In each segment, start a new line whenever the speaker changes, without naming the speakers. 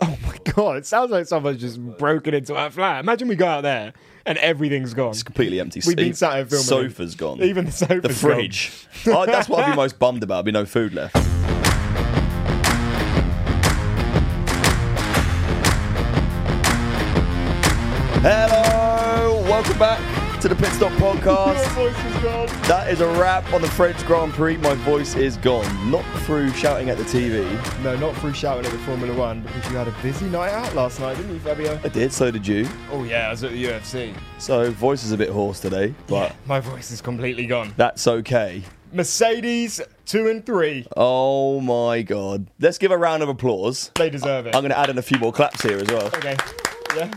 Oh my god! It sounds like someone's just broken into our flat. Imagine we go out there and everything's gone.
It's completely empty.
We've been
Even-
sat here filming.
Sofa's gone.
Even the sofa's
The fridge. oh, that's what I'd be most bummed about. There'd be no food left. Hello, welcome back to the Pit Stop
Gone.
Podcast.
Your voice is gone.
That is a wrap on the French Grand Prix. My voice is gone. Not through shouting at the TV.
No, not through shouting at the Formula One because you had a busy night out last night, didn't you, Fabio?
I did, so did you.
Oh yeah, I was at the UFC.
So, voice is a bit hoarse today, but
My voice is completely gone.
that's okay.
Mercedes two and three.
Oh my god. Let's give a round of applause.
They deserve it.
I'm going to add in a few more claps here as well.
okay. Yeah.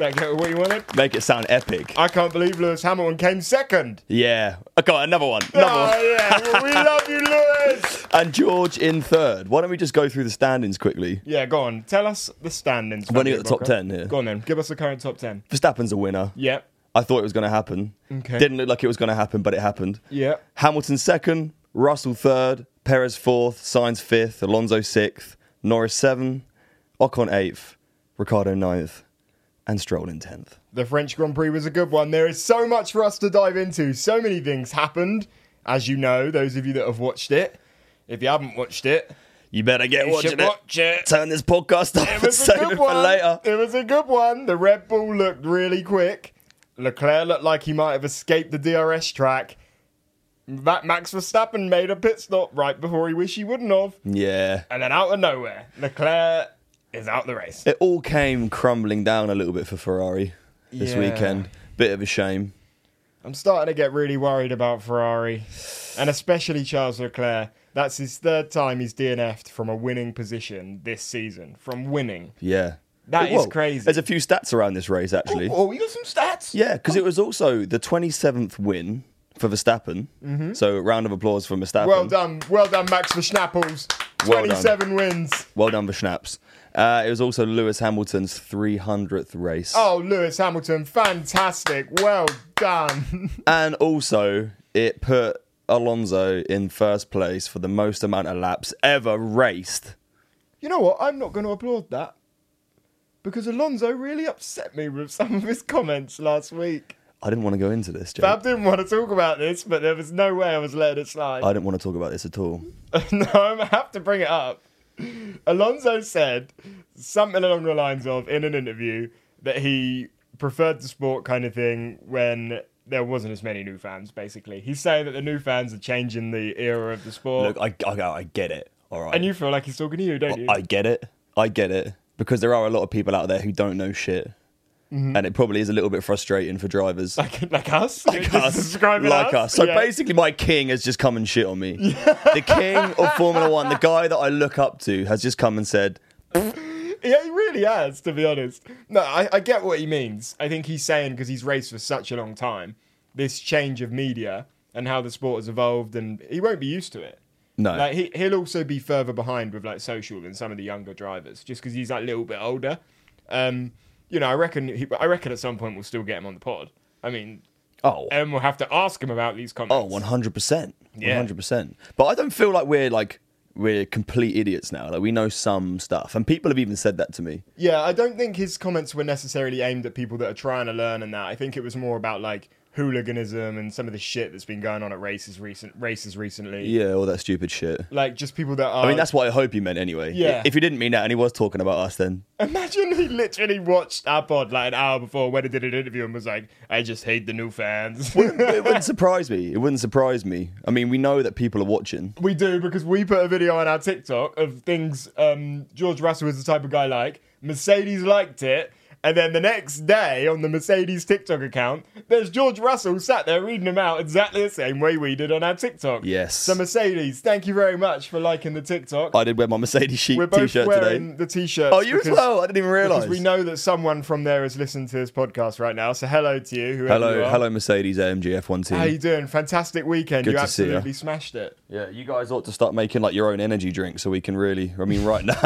That get what you wanted.
Make it sound epic.
I can't believe Lewis Hamilton came second.
Yeah. Okay, another one. Another
oh
one.
yeah, well, we love you, Lewis.
And George in third. Why don't we just go through the standings quickly?
Yeah, go on. Tell us the standings.
When
Fabio
you got the top
Bocca.
10 here.
Go on then. Give us the current top ten.
Verstappen's a winner.
Yep.
I thought it was going to happen.
Okay.
Didn't look like it was going to happen, but it happened.
Yep.
Hamilton second, Russell third, Perez fourth, Sainz fifth, Alonso sixth, Norris seven, Ocon eighth, Ricardo ninth, and Stroll in tenth.
The French Grand Prix was a good one. There is so much for us to dive into. So many things happened, as you know, those of you that have watched it. If you haven't watched it,
You better get
You
watching
should
it.
watch it.
Turn this podcast off
it
and
was a
save
good
it
one.
for later.
It was a good one. The Red Bull looked really quick. Leclerc looked like he might have escaped the DRS track. Ma- Max Verstappen made a pit stop right before he wished he wouldn't have.
Yeah.
And then out of nowhere, Leclerc is out the race.
It all came crumbling down a little bit for Ferrari this
Yeah.
weekend. Bit of a shame.
I'm starting to get really worried about Ferrari, and especially Charles Leclerc. That's his third time he's DNF'd from a winning position this season. From winning,
Yeah.
That
That
is
is
crazy.
There's a few stats around this race, actually.
Oh, you got some stats?
Yeah, because it was also the 27th win for Verstappen. So, round of applause for Verstappen.
Mm-hmm. Well done, well done, Max for Schnapples.
Well done.
Twenty-seven wins.
Well done for Schnaps. Uh, it was also Lewis Hamilton's 300th race.
Oh, Lewis Hamilton, fantastic. Well done.
And also, it put Alonso in first place for the most amount of laps ever raced.
you know what? I'm not going to applaud that because Alonso really upset me with some of his comments last week.
I didn't want to go into this, Jake.
Fab didn't want to talk about this, but there was no way I was letting it slide.
I didn't want to talk about this at all.
no, I'm gonna have to bring it up. Alonso said something along the lines of in an interview that he preferred the sport kind of thing when there wasn't as many new fans. Basically, he's saying that the new fans are changing the era of the sport,
Look, I, I, I get it. All right.
and you feel like he's talking to you, don't you?
I get it. I get it. Because there are a lot of people out there who don't know shit.
Mm-hmm.
And it probably is a little bit frustrating for drivers.
like, like us, You're
like
just
us,
describing
like us. So
Yeah.
basically, my king has just come and shit on me. the king of Formula One, the guy that I look up to, has just come and said,
Yeah, he really has, to be honest. No, I, I get what he means. I think he's saying because he's raced for such a long time, this change of media and how the sport has evolved, and he won't be used to it.
"No,
Like he, he'll also be further behind with like social than some of the younger drivers, just because he's like a little bit older. Um, you know, I reckon. He, I reckon at some point we'll still get him on the pod. I mean,
oh,
and we'll have to ask him about these comments.
oh, one hundred percent, one
Yeah.
hundred percent." But I don't feel like we're like we're complete idiots now. Like we know some stuff, and people have even said that to me.
Yeah, I don't think his comments were necessarily aimed at people that are trying to learn and that. I think it was more about like hooliganism and some of the shit that's been going on at races recent races recently.
Yeah, all that stupid shit.
Like just people that are
I mean, that's what I hope he meant anyway.
Yeah.
If he didn't mean that and he was talking about us, then
Imagine he literally watched our pod like an hour before when he did an interview and was like, I just hate the new fans.
it wouldn't surprise me. It wouldn't surprise me. I mean, we know that people are watching.
we do because we put a video on our TikTok of things um, George Russell is the type of guy like. Mercedes liked it. And then the next day on the Mercedes TikTok account, there's George Russell sat there reading them out exactly the same way we did on our TikTok.
Yes.
So, Mercedes, thank you very much for liking the TikTok.
I did wear my Mercedes Chic
We're both
t-shirt
wearing
today.
the t shirt.
Oh, you as well. I didn't even realize.
Because we know that someone from there is listening to this podcast right now. So hello to you. Whoever you
Hello,
are.
hello, Mercedes AMG F1 team.
How you doing? Fantastic weekend.
Good
you
to see ya.
absolutely smashed it.
Yeah, you guys ought to start making like your own energy drink so we can really. I mean, right now.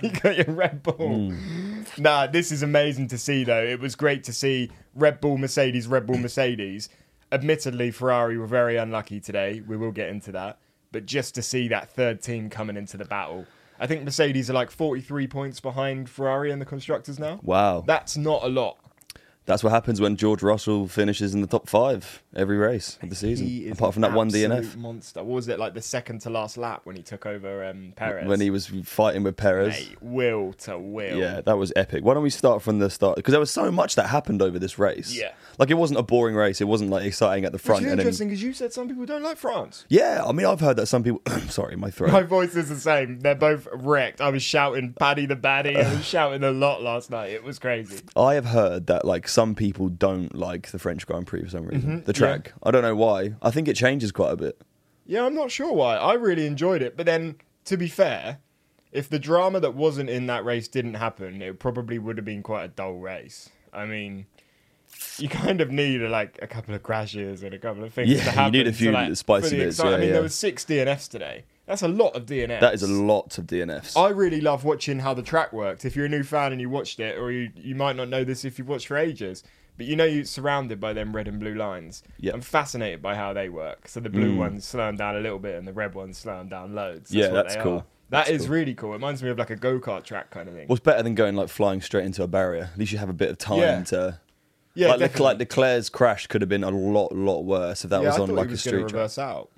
you got your Red Bull.
Hmm.
Nah, this is amazing to see though. It was great to see Red Bull Mercedes, Red Bull Mercedes. Admittedly, Ferrari were very unlucky today. We will get into that. But just to see that third team coming into the battle. I think Mercedes are like 43 points behind Ferrari and the constructors now.
wow,
That's not a lot.
that's what happens when George Russell finishes in the top five every race of the
He
season,
is
apart from
an
that one
absolute
DNF
monster. What was it like the second to last lap when he took over um, Perez?
when he was fighting with Perez.
Mate, will to will.
Yeah, that was epic. Why don't we start from the start? Because there was so much that happened over this race.
Yeah.
like it wasn't a boring race. It wasn't like exciting at the
Which
front.
is
and then,
interesting because you said some people don't like France.
yeah, I mean, I've heard that some people. sorry, my throat.
My voice is the same. They're both wrecked. I was shouting Paddy the Baddie. I was shouting a lot last night. It was crazy.
I have heard that like some people don't like the French Grand Prix for some reason.
Mm-hmm.
The track. I don't know why. I think it changes quite a bit.
Yeah, I'm not sure why. I really enjoyed it. But then, to be fair, if the drama that wasn't in that race didn't happen, it probably would have been quite a dull race. I mean, you kind of need like a couple of crashes and a couple of things
Yeah,
to
you
happen.
need a
to,
few
like, for
spicy
the
bits,
excite- I
yeah,
mean,
yeah.
there was six DNFs today. That's a lot of DNFs.
That is a lot of DNFs.
I really love watching how the track worked. If you're a new fan and you watched it, or you, you might not know this if you've watched for ages, but you know you're surrounded by them red and blue lines.
Yeah. Mm.
I'm fascinated by how they work. So the blue ones slow 'em down a little bit and the red ones slow 'em down loads. That's
Yeah,
what
that's
they
cool.
Are. That's
That's cool.
really cool. It reminds me of like a go kart track kind of thing.
What's better than going like flying straight into a barrier? At least you have a bit of time
Yeah.
to.
Yeah,
like, Lec-
definitely.
like Leclerc's crash could have been a lot, lot worse if that
yeah,
was
I
on
thought
like
he
a
was going to
street track.
reverse out.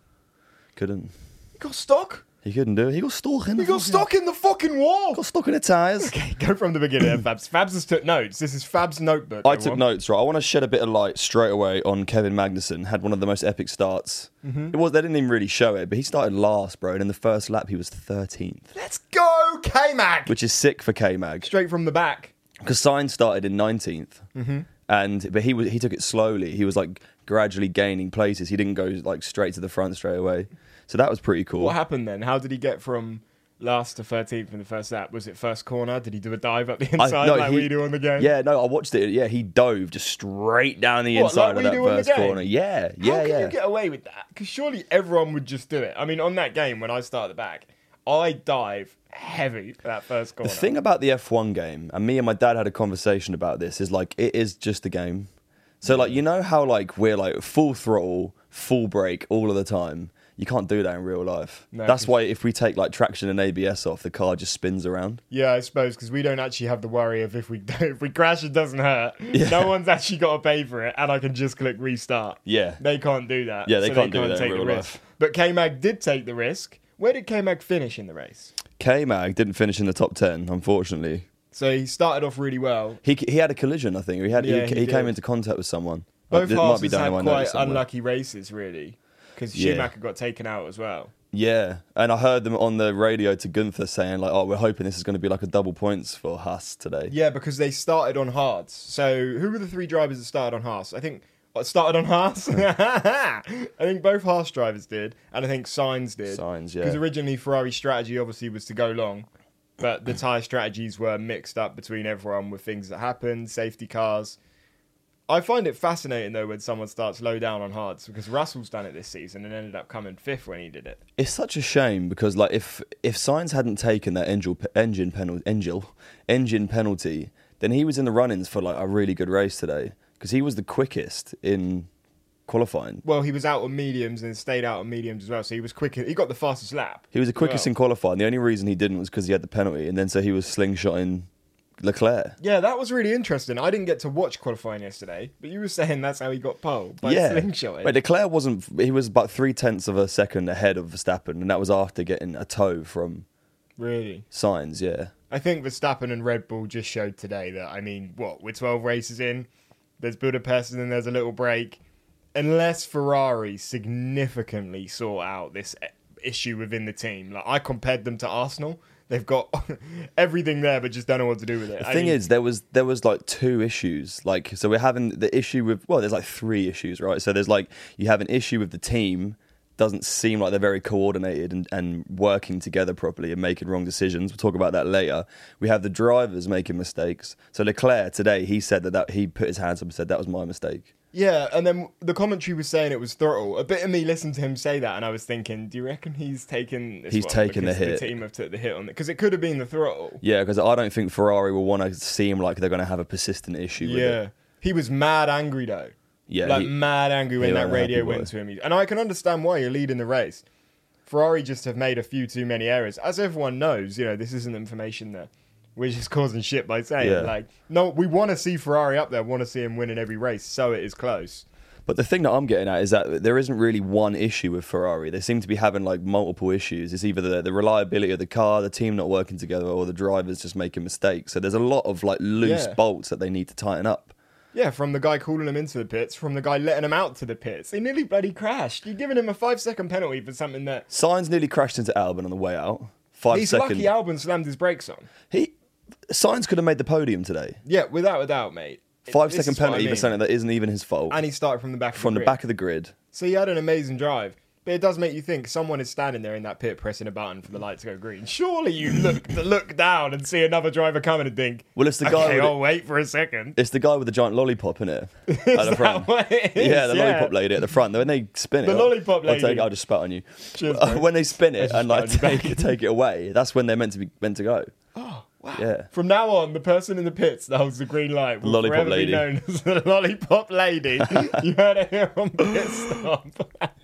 Couldn't.
He got stuck.
He couldn't do it. He got stuck in.
He
the
got
fucking-
stuck in the fucking wall.
Got stuck in the tires.
Go from the beginning, there, Fabs. Fabs has took notes. This is Fab's notebook.
I
everyone.
took notes, right? I want to shed a bit of light straight away on Kevin Magnussen. Had one of the most epic starts.
Mm-hmm.
It was they didn't even really show it, but he started last, bro. And in the first lap, he was thirteenth,
Let's go, K Mag.
which is sick for K Mag
Straight from the back.
because Sainz started in 19th
Mm-hmm.
and but he was he took it slowly. He was like gradually gaining places. He didn't go like straight to the front straight away. So that was pretty cool.
What happened then? How did he get from last to 13th in the first lap? Was it first corner? Did he do a dive up the
I-
inside
no,
like
he-
we do on the game?
Yeah, no, I watched it. Yeah, he dove just straight down the
What, like
inside
we
of that
do on the
first
game?
corner. Yeah,
How
yeah,
can
yeah.
you get away with that? Because surely everyone would just do it. I mean, on that game when I start the back, I dive heavy for that first corner.
The thing about the F1 game, and me and my dad had a conversation about this, is like it is just a game. So like you know how like we're like full throttle, full brake all of the time. You can't do that in real life.
No,
That's
'cause-
why if we take like traction and ABS off, the car just spins around.
yeah, I suppose because we don't actually have the worry of if we if we crash, it doesn't hurt. No one's actually got to pay for it, and I can just click restart.
Yeah.
they can't do that.
Yeah, they
so
can't do that in
take
real
the
life.
risk. But K Mag did take the risk. Where did K Mag finish in the race?
K Mag didn't finish in the top ten, unfortunately.
So he started off really well.
He he had a collision, I think. He had
Yeah,
he,
he
he came
did.
into contact with someone.
Both
It
halves had
who I know
quite
this somewhere.
unlucky races, really, because
Yeah.
Schumacher got taken out as well.
Yeah, and I heard them on the radio to Gunther saying like, "Oh, we're hoping this is going to be like a double points for Haas today."
Yeah, because they started on Haas. So who were the three drivers that started on Haas? I think what, started on Haas. I think both Haas drivers did, and I think Signs did.
Sainz, yeah.
Because originally Ferrari's strategy obviously was to go long, but the tyre strategies were mixed up between everyone with things that happened, safety cars. I find it fascinating though when someone starts low down on hards because Russell's done it this season and ended up coming fifth when he did it.
It's such a shame because like if if Sainz hadn't taken that engine engine penalty engine engine penalty, then he was in the run-ins for like a really good race today because he was the quickest in qualifying.
Well, he was out on mediums and stayed out on mediums as well, so he was quicker. He got the fastest lap.
He was the
as
quickest
well.
in qualifying. The only reason he didn't was because he had the penalty, and then so he was slingshotting Leclerc.
Yeah, that was really interesting. I didn't get to watch qualifying yesterday, but you were saying that's how he got pole by
yeah,
slingshotting.
Wait, Leclerc wasn't. He was about three tenths of a second ahead of Verstappen, and that was after getting a toe from
really,
Signs. Yeah,
I think Verstappen and Red Bull just showed today that I mean, what we're twelve races in. There's Budapest, and then there's a little break. Unless Ferrari significantly sort out this eh, issue within the team, like I compared them to Arsenal, they've got everything there, but just don't know what to do with it.
The thing is, there was there was like two issues. Like, so we're having the issue with well, there's like three issues, right? So there's like you have an issue with the team doesn't seem like they're very coordinated and, and working together properly and making wrong decisions. We'll talk about that later. We have the drivers making mistakes. So Leclerc today, he said that, that he put his hands up and said that was my mistake.
Yeah, and then the commentary was saying it was throttle. A bit of me listened to him say that, and I was thinking, do you reckon he's taken? This
He's
one
taken the
because
hit.
The team have took the hit on it because it could have been the throttle.
Yeah, because I don't think Ferrari will want to seem like they're going to have a persistent issue with
Yeah,
it.
he was mad angry though.
Yeah,
like
he-
mad angry when
he
that
wasn't happy
radio
with
went
it.
to him, He- and I can understand why you're leading the race. Ferrari just have made a few too many errors, as everyone knows. You know, this isn't information that we're just causing shit by saying
Yeah.
like, no, we want to see Ferrari up there, want to see him winning every race, so it is close.
But the thing that I'm getting at is that there isn't really one issue with Ferrari. They seem to be having like multiple issues. It's either the, the reliability of the car, the team not working together, or the drivers just making mistakes. So there's a lot of like loose
Yeah.
bolts that they need to tighten up.
Yeah, from the guy calling him into the pits, from the guy letting him out to the pits. He nearly bloody crashed. You're giving him a five second penalty for something that
Signs nearly crashed into Albon on the way out. Five
he's
second-
lucky Albon slammed his brakes on.
He Signs could have made the podium today.
Yeah, without a doubt, mate.
Five
This
second
is what I
penalty for
mean.
something that isn't even his fault.
And he started from the back of
from
the,
the
grid.
back of the grid.
So he had an amazing drive. But it does make you think someone is standing there in that pit pressing a button for the light to go green. Surely you look look down and see another driver coming and think,
Well, it's the guy
okay,
with-
I'll wait for a second.
It's the guy with the giant lollipop in it at the front.
what it is?
Yeah, the
Yeah.
lollipop lady at the front. When they spin it,
The
I'll-
lollipop
I'll, take,
lady.
I'll just spat on you.
Cheers,
Uh,
bro.
when they spin it
just
and like
spat on you
take, take it away, that's when they're meant to be meant to go. Oh wow! Yeah,
From now on, the person in the pits that holds the green light will
Lollipop
forever
lady.
be known as the lollipop lady. you heard it here on Pit Stop.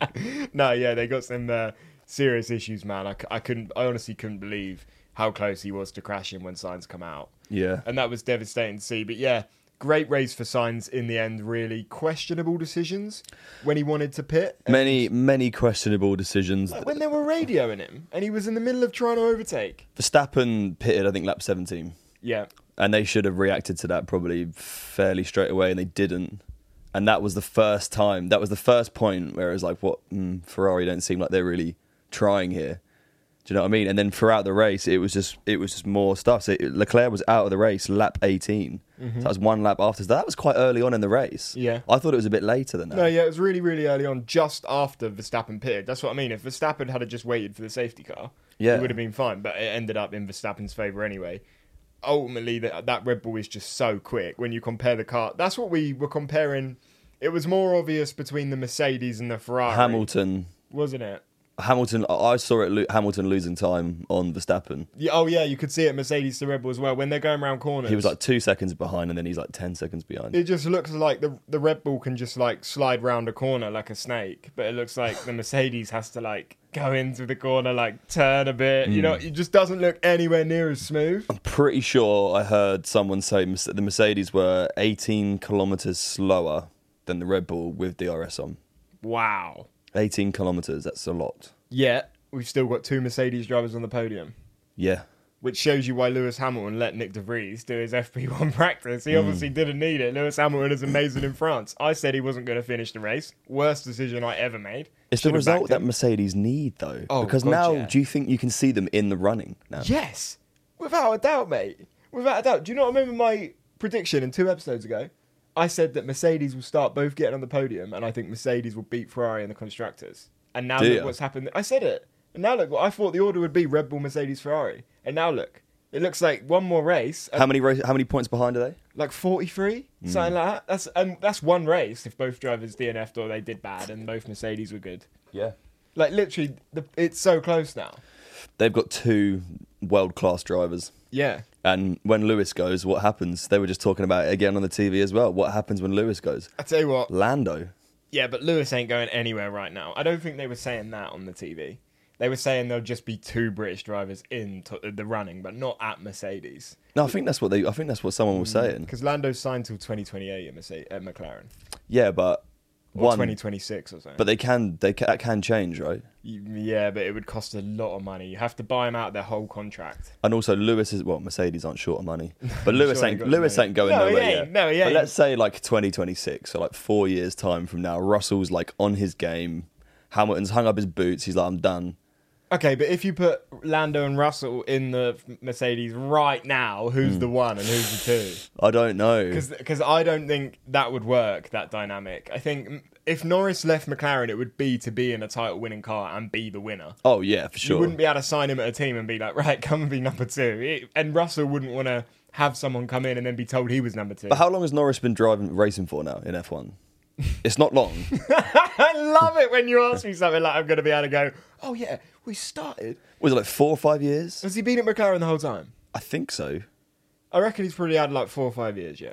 no, yeah, they got some uh, serious issues, man. I, c- I couldn't, I honestly couldn't believe how close he was to crashing when signs come out.
Yeah.
and that was devastating to see. But yeah, great race for signs in the end. Really questionable decisions when he wanted to pit. and
many many questionable decisions.
When they were radioing him, and he was in the middle of trying to overtake.
Verstappen pitted, I think, lap seventeen,
Yeah,
and they should have reacted to that probably fairly straight away, and they didn't. And that was the first time. That was the first point where it was like, "What mm, Ferrari don't seem like they're really trying here." Do you know what I mean? And then throughout the race, it was just it was just more stuff. So it- Leclerc was out of the race lap 18 So that was one lap after. So that was quite early on in the race.
Mm-hmm. Yeah.
I thought it was a bit later than that.
No, yeah, it was really, really early on, just after Verstappen pitted. That's what I mean. If Verstappen had just waited for the safety car,
Yeah.
it would have been fine. But it ended up in Verstappen's favour anyway. Ultimately, that that Red Bull is just so quick when you compare the car. That's what we were comparing. It was more obvious between the Mercedes and the Ferrari,
Hamilton,
wasn't it?
Hamilton. I- I saw it. Lo- Hamilton losing time on Verstappen.
Yeah, oh yeah, you could see it Mercedes to Red Bull as well when they're going around corners.
He was like two seconds behind, and then he's like ten seconds behind.
it just looks like the the Red Bull can just like slide round a corner like a snake, but it looks like the Mercedes has to like go into the corner, like turn a bit. You
Mm.
know, it just doesn't look anywhere near as smooth.
pretty sure I heard someone say Merce- the Mercedes were 18 kilometers slower than the Red Bull with DRS on.
Wow.
18 kilometers, that's a lot.
Yet we've still got two Mercedes drivers on the podium,
Yeah.
which shows you why Lewis Hamilton let Nick De Vries do his FP1 practice.
Mm.
He obviously didn't need it. Lewis Hamilton is amazing in France. I said he wasn't going to finish the race. Worst decision I ever made.
It's
Should've
the result
backed him.
that Mercedes need, though.
Oh,
because
God,
now,
yeah.
do you think you can see them in the running now?
Yes, without a doubt, mate. Without a doubt. Do you not remember my prediction in two episodes ago? I said that Mercedes will start both getting on the podium, and I think Mercedes will beat Ferrari in the constructors. And now
Do
look
ya?
what's happened. I said it. And now look, what I thought the order would be Red Bull, Mercedes, Ferrari. And now look, it looks like one more race, uh,
How many race, How many points behind are they?
like forty-three, something like that. That's and that's one race if both drivers DNF'd or they did bad, and both Mercedes were good.
Yeah.
Like literally, the, it's so close now.
They've got two world class drivers.
Yeah,
And when Lewis goes, what happens? They were just talking about it again on the TV as well. What happens when Lewis goes?
I tell you what,
Lando.
Yeah, but Lewis ain't going anywhere right now. I don't think they were saying that on the TV. They were saying there'll just be two British drivers in to- the running, but not at Mercedes.
No, I think that's what they. I think that's what someone
Mm,
was saying.
Because Lando's signed till 2028 at, Mercedes, at McLaren.
Yeah, but
Or
one.
2026 or something.
But they can. They ca that can change, right?
yeah, but it would cost a lot of money. You have to buy them out their whole contract.
And also, Lewis is well. Mercedes aren't short of money, but Lewis
sure they
ain't
got
Lewis
money.
ain't going
No, he
nowhere
ain't.
yet.
No, he
But
ain't.
let's say like 2026, so like four years time from now, Russell's like on his game. Hamilton's hung up his boots. He's like, I'm done.
Okay, but if you put Lando and Russell in the Mercedes right now,
Hmm.
who's the one and who's the two?
I don't know.
Because I don't think that would work, that dynamic. I think mm, if Norris left McLaren, it would be to be in a title winning car and be the winner.
Oh yeah, for
You
sure.
wouldn't be able to sign him at a team and be like, right, come and be number two. It- and Russell wouldn't want to have someone come in and then be told he was number two.
But how long has Norris been driving racing for now in F1? It's not long.
I love it when you ask me something like I'm going to be able to go, oh yeah, we started.
was it like four or five years?
Has he been at McLaren the whole time?
I think so.
I reckon he's probably had like four or five years, yeah.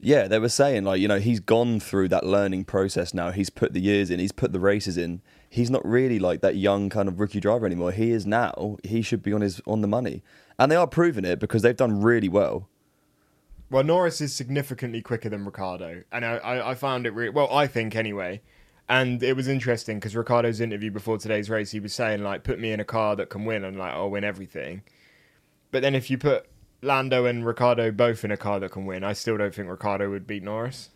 Yeah, they were saying like you know he's gone through that learning process now. He's put the years in. He's put the races in. He's not really like that young kind of rookie driver anymore. He is now. He should be on his on the money, and they are proving it because they've done really well.
Well, Norris is significantly quicker than Ricardo, and I, I, I found it re- well. I think anyway, and it was interesting because Ricardo's interview before today's race, he was saying like, "Put me in a car that can win," and like, "I'll win everything." But then if you put Lando and Ricardo both in a car that can win, I still don't think Ricardo would beat Norris.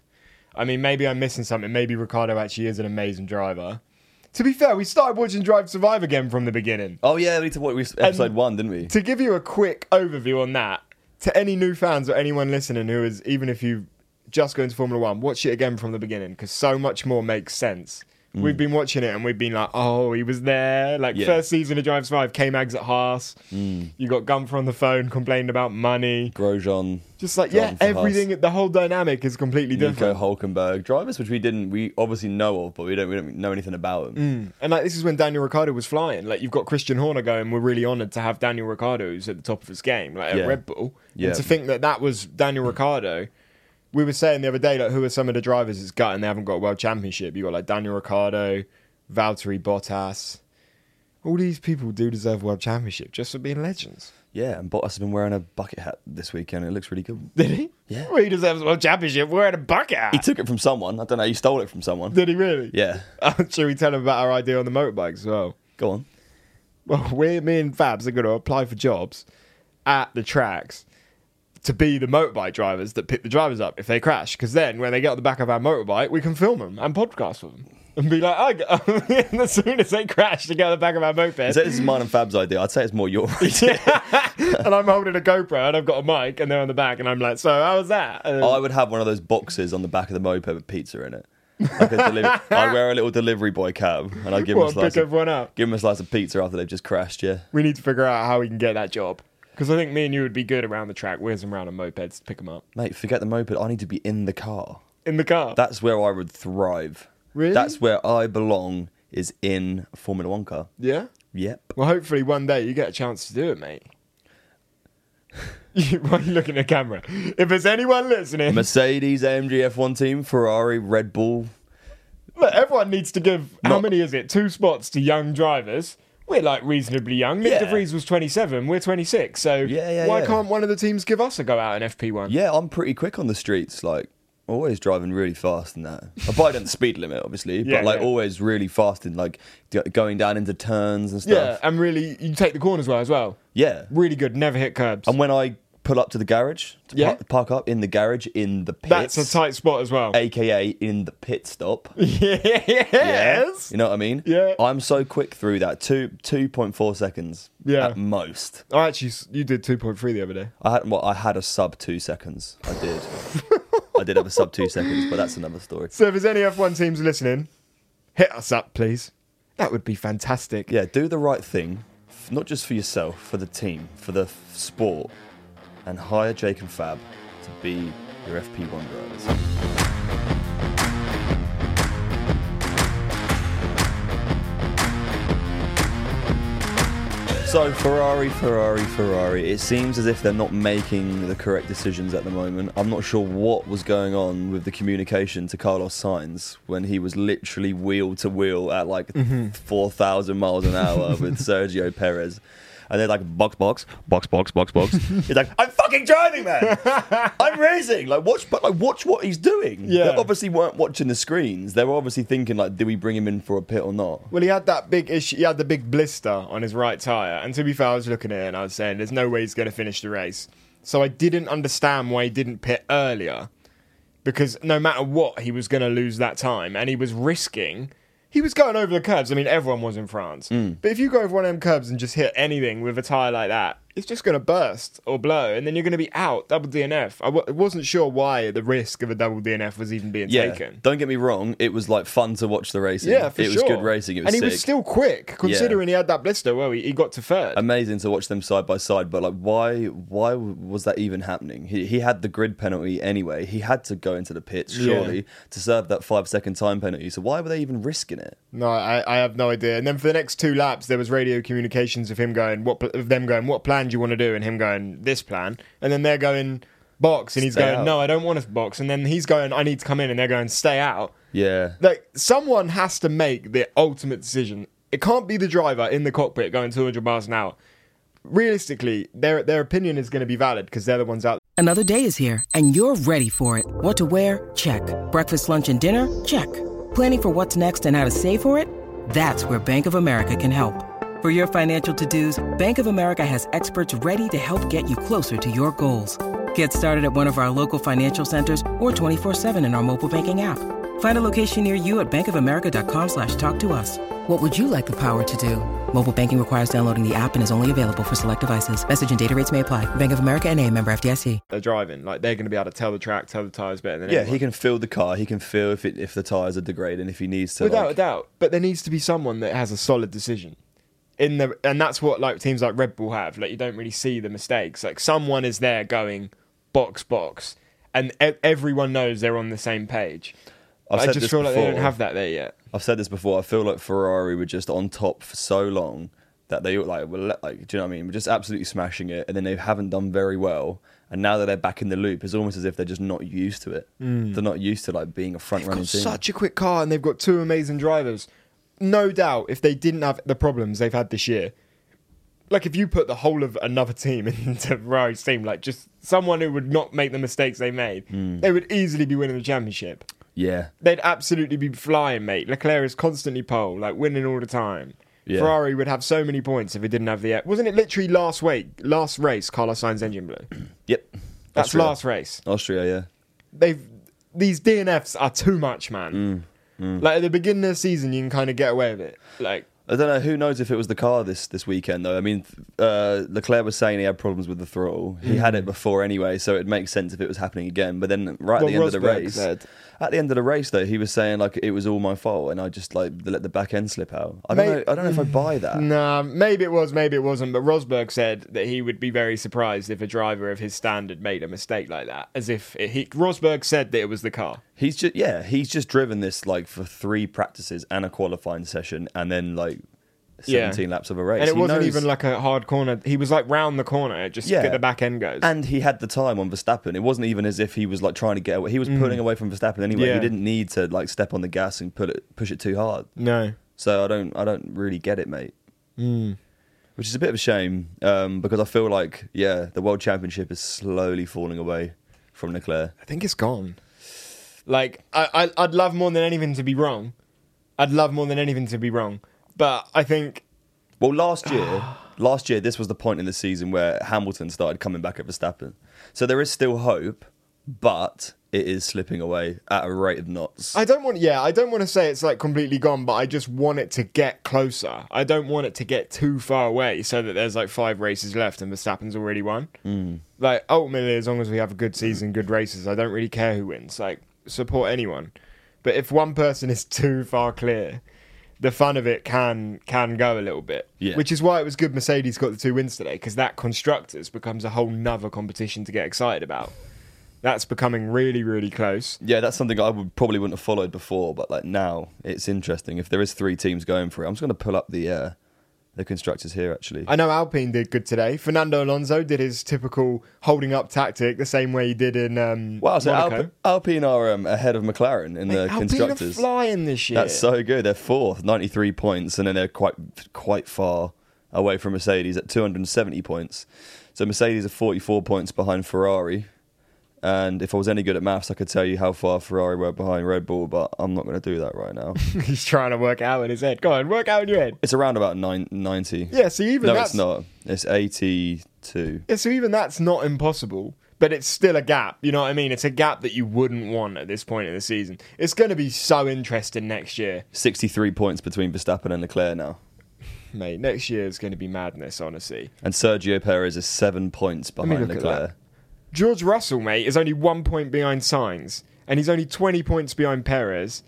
I mean, maybe I'm missing something. Maybe Ricardo actually is an amazing driver. To be fair, we started watching Drive to Survive again from the beginning
Oh yeah, we need to watch we- episode one, didn't we?
to give you a quick overview on that, to any new fans or anyone listening who is, even if you just go into Formula One, watch it again from the beginning because so much more makes sense. We've been watching it and we've been like, oh, he was there. Like,
Yeah.
first season of Drive Survive, K Mags at Haas. You got Gunther on the phone, complained about money.
Grosjean,
Just like,
Driving
yeah,
for Haas.
everything, the whole dynamic is completely
Nico
different.
Hulkenberg, drivers which we didn't we obviously know of, but we don't we don't know anything about them.
And like this is when Daniel Ricciardo was flying. Like you've got Christian Horner going, we're really honoured to have Daniel Ricciardo who's at the top of his game, like
Yeah.
at Red Bull.
Yeah.
And to think that that was Daniel Ricciardo. We were saying the other day, like who are some of the drivers that's got and they haven't got a world championship? You got like Daniel Ricciardo, Valtteri Bottas. All these people do deserve a world championship just for being legends.
Yeah, and Bottas has been wearing a bucket hat this weekend. It looks really good.
Did he?
Yeah.
Well, he deserves a world championship. We're at a bucket.
He took it from someone. I don't know. He stole it from someone.
Did he really?
Yeah,
Should we tell him about our idea on the motorbike as well?
go on.
well, we, me and Fabs are going to apply for jobs at the tracks to be the motorbike drivers that pick the drivers up if they crash. Because then, when they get on the back of our motorbike, we can film them and podcast with them and be like, oh, and as soon as they crash, they get on the back of our moped.
So this is mine and Fab's idea. I'd say it's more your idea.
and I'm holding a GoPro and I've got a mic and they're on the back and I'm like, so how was that? And
I would have one of those boxes on the back of the moped with pizza in it. Like a deli- I'd wear a little delivery boy cap and I'd give them
well,
a
pick
slice. Of,
everyone up.
give them a slice of pizza after they've just crashed. Yeah,
We need to figure out how we can get that job. Because I think me and you would be good around the track, whiz them around on mopeds to pick them up.
mate. Forget the moped. I need to be in the car.
In the car.
That's where I would thrive.
Really?
That's where I belong. Is in a Formula One car.
yeah?
Yep.
Well, hopefully one day you get a chance to do it, mate. You- Why are you looking at the camera? If there's anyone listening,
Mercedes, AMG, F1 team, Ferrari, Red Bull.
look, everyone needs to give how
Not-
many is it? Two spots to young drivers. We're like reasonably young. Nick
Yeah.
De DeVries was 27. We're 26. So
Yeah, yeah,
why
yeah.
can't one of the teams give us a go out in FP1?
Yeah, I'm pretty quick on the streets. Like always driving really fast and that. I probably don't speed limit, obviously,
Yeah,
but like
yeah.
always really fast and like d- going down into turns and
Yeah,
stuff.
and really, you take the corners well as well.
Yeah.
Really good. Never hit curbs.
And when I pull up to the garage, to
Yeah.
par- park up in the garage in the pits,
That's a tight spot as well.
aka in the pit stop.
yes.
You know what I mean?
Yeah.
I'm so quick through that two two point four seconds.
Yeah.
At most,
Oh, actually, s- you did 2.3 the other day.
I had well, I had a sub two seconds. I did. I did have a sub two seconds, but that's another story.
So if there's any F1 teams listening, hit us up, please. That would be fantastic.
Yeah, do the right thing, f- not just for yourself, for the team, for the f- sport, and hire Jake and Fab to be your FP1 drivers. So Ferrari, Ferrari, Ferrari. It seems as if they're not making the correct decisions at the moment. I'm not sure what was going on with the communication to Carlos Sainz when he was literally wheel to wheel at like 4,000 miles an hour with Sergio Perez. And they're like box, box, box, box, box, box. He's like, I'm fucking driving, man. I'm racing. Like watch, but like watch what he's doing.
Yeah.
They obviously weren't watching the screens. They were obviously thinking like, do we bring him in for a pit or not?
Well, he had that big issue. He had the big blister on his right tire. And to be fair, I was looking at it and I was saying, "There's no way he's going to finish the race." So I didn't understand why he didn't pit earlier, because no matter what, he was going to lose that time, and he was risking. He was going over the curbs. I mean, everyone was in France. But if you go over one of them curbs and just hit anything with a tire like that, it's just going to burst or blow, and then you're going to be out double DNF. I w- I wasn't sure why the risk of a double DNF was even being
Yeah,
taken.
don't get me wrong. It was like fun to watch the racing.
Yeah, for
it was
sure.
good racing. It was
and
sick.
he was still quick, considering he had that blister. Well, he, he got to third.
amazing to watch them side by side. But like, why? Why was that even happening? He he had the grid penalty anyway. He had to go into the pits surely to serve that five second time penalty. So why were they even risking it?
no, I, I have no idea. And then for the next two laps, there was radio communications of him going, what pl- of them going, what plan do you want to do, and him going, this plan. And then they're going box, and he's
Stay
going,
out.
no, I don't want to box. And then he's going, I need to come in, and they're going, stay out.
Yeah,
Like someone has to make the ultimate decision. It can't be the driver in the cockpit going 200 miles an hour. Realistically, their their opinion is going to be valid because they're the ones out
Another day is here, and you're ready for it. What to wear? Check. Breakfast, lunch, and dinner? Check. Planning for what's next and how to save for it? That's where Bank of America can help. For your financial to dos, Bank of America has experts ready to help get you closer to your goals. Get started at one of our local financial centers or 24-7 in our mobile banking app. Find a location near you at bankofamerica.com slash talk to us. What would you like the power to do? Mobile banking requires downloading the app and is only available for select devices. Message and data rates may apply. Bank of America and a member FDIC.
there driving. Like they're going to be able to tell the track, tell the tires better than
yeah.
anyone.
He can feel the car. He can feel if it, if the tires are degrading. If he needs to.
Without
like-
a doubt. But there needs to be someone that has a solid decision. In the and that's what like teams like Red Bull have. Like you don't really see the mistakes. Like someone is there going box box, and e- everyone knows they're on the same page.
I've
I
said
just
this
feel like they don't
before.
have that there yet.
I've said this before. I feel like Ferrari were just on top for so long that they were like, were le- like, do you know what I mean? Were just absolutely smashing it, and then they haven't done very well. And now that they're back in the loop, it's almost as if they're just not used to it. They're not used to like being a front
Hmm. They've
running
got
team.
such a quick car and they've got two amazing drivers. No doubt, if they didn't have the problems they've had this year, like if you put the whole of another team into Ferrari's team, like just someone who would not make the mistakes they made,
Hmm.
they would easily be winning the championship.
yeah,
They'd absolutely be flying, mate. Leclerc is constantly pole, like winning all the time.
Yeah.
Ferrari would have so many points if it didn't have the. Wasn't it literally last week, last race, Carlos Sainz engine blew?
yep.
That's
Austria.
last race
Austria, yeah.
they've these DNFs are too much, man.
Mm,
Like at the beginning of the season, you can kind of get away with it. Like
I don't know. Who knows if it was the car this this weekend though? I mean, th- uh, Leclerc was saying he had problems with the throttle. He had it before anyway, so it makes sense if it was happening again. But then right at
Mm. Well,
the end of the
Rosberg
race,
said-
at the end of the race though, he was saying like it was all my fault, and I just like let the back end slip out. I don't
Mate- mm,
know. I don't know if I buy that.
nah, maybe it was, maybe it wasn't. But Rosberg said that he would be very surprised if a driver of his standard made a mistake like that. As if it, he Rosberg said that it was the car.
He's just yeah, he's just driven this like for three practices and a qualifying session, and then like
Yeah.
seventeen laps of a race.
And it
He
wasn't
knows-
even like a hard corner. He was like round the corner, just
Yeah.
get the back end goes.
And he had the time on Verstappen. It wasn't even as if he was like trying to get away. He was pulling away from Verstappen anyway.
Mm. Yeah.
He didn't need to like step on the gas and put it push it too hard.
no,
So I don't I don't really get it, mate.
Mm.
Which is a bit of a shame um, because I feel like yeah, the world championship is slowly falling away from Leclerc.
I think it's gone. Like I, I I'd love more than anything to be wrong. I'd love more than anything to be wrong. But I think
Well, last year, last year this was the point in the season where Hamilton started coming back at Verstappen. So there is still hope, but it is slipping away at a rate of knots.
I don't want, yeah, I don't want to say it's like completely gone, but I just want it to get closer. I don't want it to get too far away so that there's like five races left and Verstappen's already won. Mm. Like, ultimately, as long as we have a good season, good races, I don't really care who wins. Like, support anyone. But if one person is too far clear, the fun of it can can go a little bit.
Yeah.
Which is why it was good Mercedes got the two wins today, because that constructors becomes a whole nother competition to get excited about. That's becoming really, really close.
Yeah, that's something I would probably wouldn't have followed before, but like now it's interesting. If there is three teams going for it, I'm just going to pull up the uh, the constructors here actually.
I know Alpine did good today. Fernando Alonso did his typical holding up tactic, the same way he did in um,
Wow, so
Monaco.
Alp- Alpine are um, ahead of McLaren in the
Alpine are
constructors.
flying this year.
That's so good. They're fourth, ninety-three points, and then they're quite quite far away from Mercedes at two hundred and seventy points. So Mercedes are forty-four points behind Ferrari. And if I was any good at maths, I could tell you how far Ferrari were behind Red Bull, but I'm not going to do that right now.
He's trying to work out in his head. Go on, work out in your head.
it's around about nine, 90.
Yeah, so even
no,
that's
it's not. It's eighty-two.
Yeah, so even that's not impossible, but it's still a gap. You know what I mean? It's a gap that you wouldn't want at this point in the season. It's going to be so interesting next year,
Sixty-three points between Verstappen and Leclerc now.
mate. Next year is going to be madness, honestly.
And Sergio Perez is seven points
me
behind
look at
Leclerc.
George Russell, mate, is only one point behind Signs, and he's only 20 points behind Perez.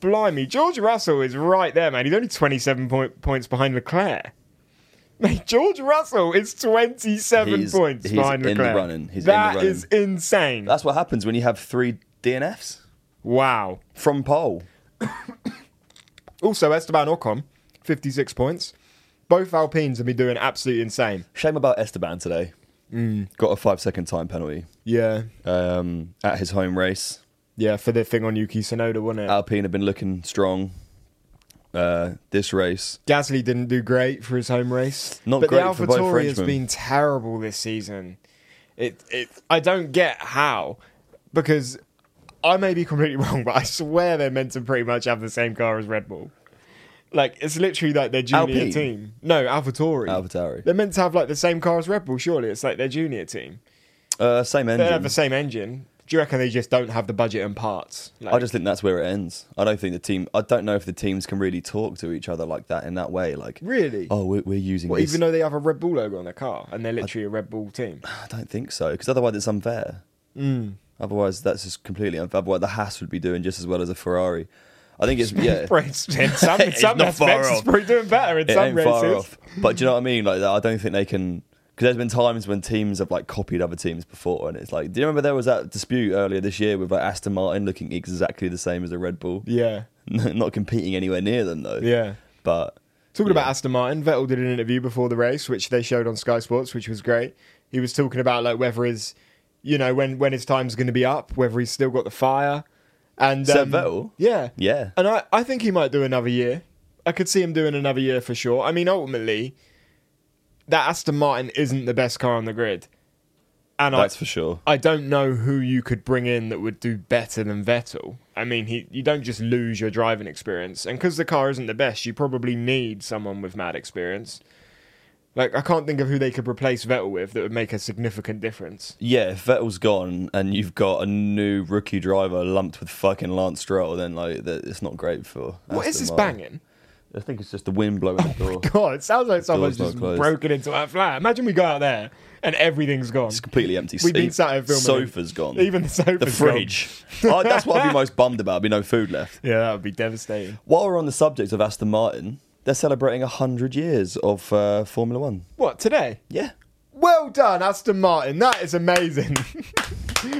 Blimey, George Russell is right there, man. He's only 27 point, points behind Leclerc. Mate, George Russell is 27
He's-
points
he's
behind
in the
Leclerc.
running. He's in the
That
running.
is insane.
That's what happens when you have three DNFs
wow.
from pole.
Also, Esteban Ocon, 56 points. Both Alpines have been doing absolutely insane.
Shame about Esteban today.
Mm.
Got a five second time penalty
Yeah.
um, at his home race.
Yeah, for their thing on Yuki Tsunoda, wasn't it?
Alpine have been looking strong uh, this race.
Gasly didn't do great for his home race.
Not
but
great
the
for both
AlphaTauri has
Frenchmen.
been terrible this season. It, it, I don't get how, because I may be completely wrong, but I swear they're meant to pretty much have the same car as Red Bull. Like it's literally like their junior
Alpine?
team. No, AlphaTauri.
AlphaTauri.
They're meant to have like the same car as Red Bull. Surely it's like their junior team.
Uh, same
They have
engine.
the same engine. Do you reckon they just don't have the budget and parts? Like,
I just think that's where it ends. I don't think the team. I don't know if the teams can really talk to each other like that in that way. Like
Really?
Oh, we're, we're using.
well,
this.
even though they have a Red Bull logo on their car and they're literally a Red Bull team.
I don't think so, because otherwise it's unfair.
Mm.
Otherwise, that's just completely unfair. Otherwise, the Haas would be doing just as well as a Ferrari. I think it's yeah.
Right, in some, in
It's
some
not
aspects,
far
it's
off.
probably doing better in
it
some
ain't
races.
far off. But do you know what I mean? Like, I don't think they can. Because there's been times when teams have like copied other teams before, and it's like, do you remember there was that dispute earlier this year with like Aston Martin looking exactly the same as a Red Bull?
Yeah.
not competing anywhere near them though.
Yeah.
but
Talking
Yeah.
about Aston Martin, Vettel did an interview before the race, which they showed on Sky Sports, which was great. He was talking about like whether his, you know, when when his time's going to be up, whether he's still got the fire, and um,
Seb Vettel?
yeah,
Yeah.
and I I think he might do another year. I could see him doing another year for sure. I mean, ultimately, that Aston Martin isn't the best car on the grid, and
that's
I,
for sure.
I don't know who you could bring in that would do better than Vettel. I mean, he you don't just lose your driving experience, and because the car isn't the best, you probably need someone with mad experience. Like I can't think of who they could replace Vettel with that would make a significant difference.
Yeah, if Vettel's gone and you've got a new rookie driver lumped with fucking Lance Stroll, then like that, it's not great for.
What is
Aston
this
Martin.
banging? Oh
I think it's just the wind blowing the door.
God, it sounds like someone's
Door's
just
not closed.
broken into our flat. Imagine we go out there and everything's gone.
It's completely empty.
We've been
Even-
sat here filming.
Sofa's gone.
Even the sofa's
the fridge. I, that's what I'd be most bummed about. Be no food left.
Yeah, that would be devastating.
While we're on the subject of Aston Martin, they're celebrating hundred years of uh, Formula One.
What today?
Yeah,
Well done, Aston Martin. That is amazing.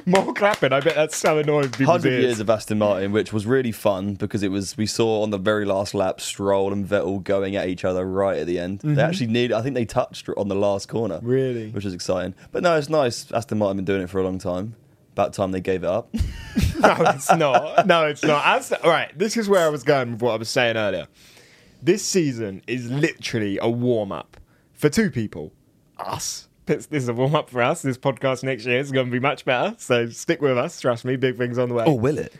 More clapping. I bet that's so annoying people's
hundred
ears.
years of Aston Martin, which was really fun because it was. We saw on the very last lap Stroll and Vettel going at each other right at the end. They actually need. I think they touched on the last corner.
Really?
which is exciting. But no, it's nice. Aston Martin been doing it for a long time. About time they gave it up.
no, it's not. No, it's not. As, all right, this is where I was going with what I was saying earlier. This season is literally a warm up for two people us. This, this is a warm up for us. This podcast next year is going to be much better. So stick with us. Trust me, big things on the way.
or will it?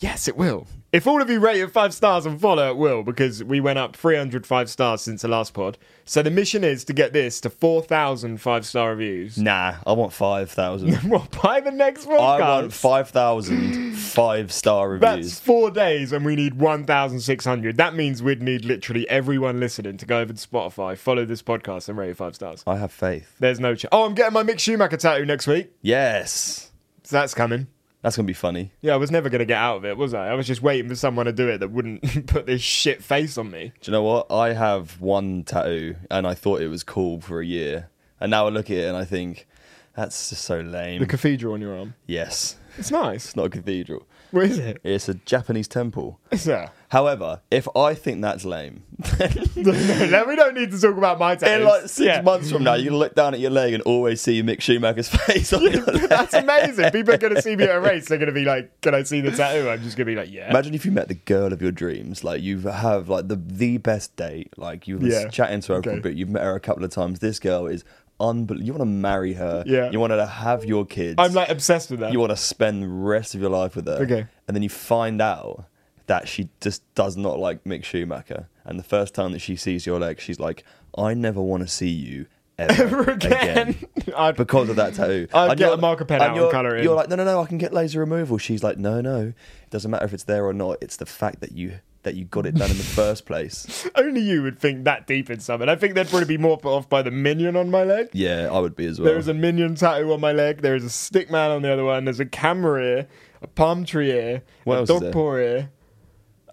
Yes, it will. If all of you rate it five stars and follow, it will, because we went up 305 stars since the last pod. So the mission is to get this to 4,000 five star reviews.
Nah, I want five thousand.
Well, by the next podcast.
Mm. I want 5,000 five star
That's
reviews.
four days, and we need 1,600. That means we'd need literally everyone listening to go over to Spotify, follow this podcast, and rate it five stars.
I have faith.
There's no chance. Oh, I'm getting my Mick Schumacher tattoo next week.
Yes.
So that's coming.
That's going to be funny.
Yeah, I was never going to get out of it, was I? I was just waiting for someone to do it that wouldn't put this shit face on me.
Do you know what? I have one tattoo and I thought it was cool for a year. And now I look at it and I think, that's just so lame.
The cathedral on your arm.
yes.
It's nice.
It's not a cathedral,
What is it?
it's a Japanese temple.
It's uh, a
However, if I think that's lame,
no, we don't need to talk about my
in
tattoos.
like six
Yeah.
months from now, you can look down at your leg and always see Mick Schumacher's face on your leg.
That's amazing. People are going to see me at a race. They're going to be like, "Can I see the tattoo?" I'm just going to be like, "Yeah."
Imagine if you met the girl of your dreams. Like you have like the the best date. Like you've been
Yeah.
chatting to her for
Okay.
a bit. You've met her a couple of times. This girl is unbelievable. You want to marry her.
Yeah.
You want her to have your kids.
I'm like obsessed with that.
you want to spend the rest of your life with her.
Okay.
And then you find out that she just does not like Mick Schumacher. And the first time that she sees your leg, she's like, I never want to see you ever,
Ever again.
again.
I'd-
because of that tattoo.
I'd
And
get
you're-
a marker pen out and
you're-
colour it
You're
in.
like, no, no, no, I can get laser removal. She's like, no, no. It doesn't matter if it's there or not. It's the fact that you that you got it done in the first place.
Only you would think that deep in something. I think they'd probably be more put off by the minion on my leg.
Yeah, I would be as well.
There is a minion tattoo on my leg. There is a stick man on the other one. There's a camera ear, a palm tree ear,
What
a
else is
dog
there?
paw ear.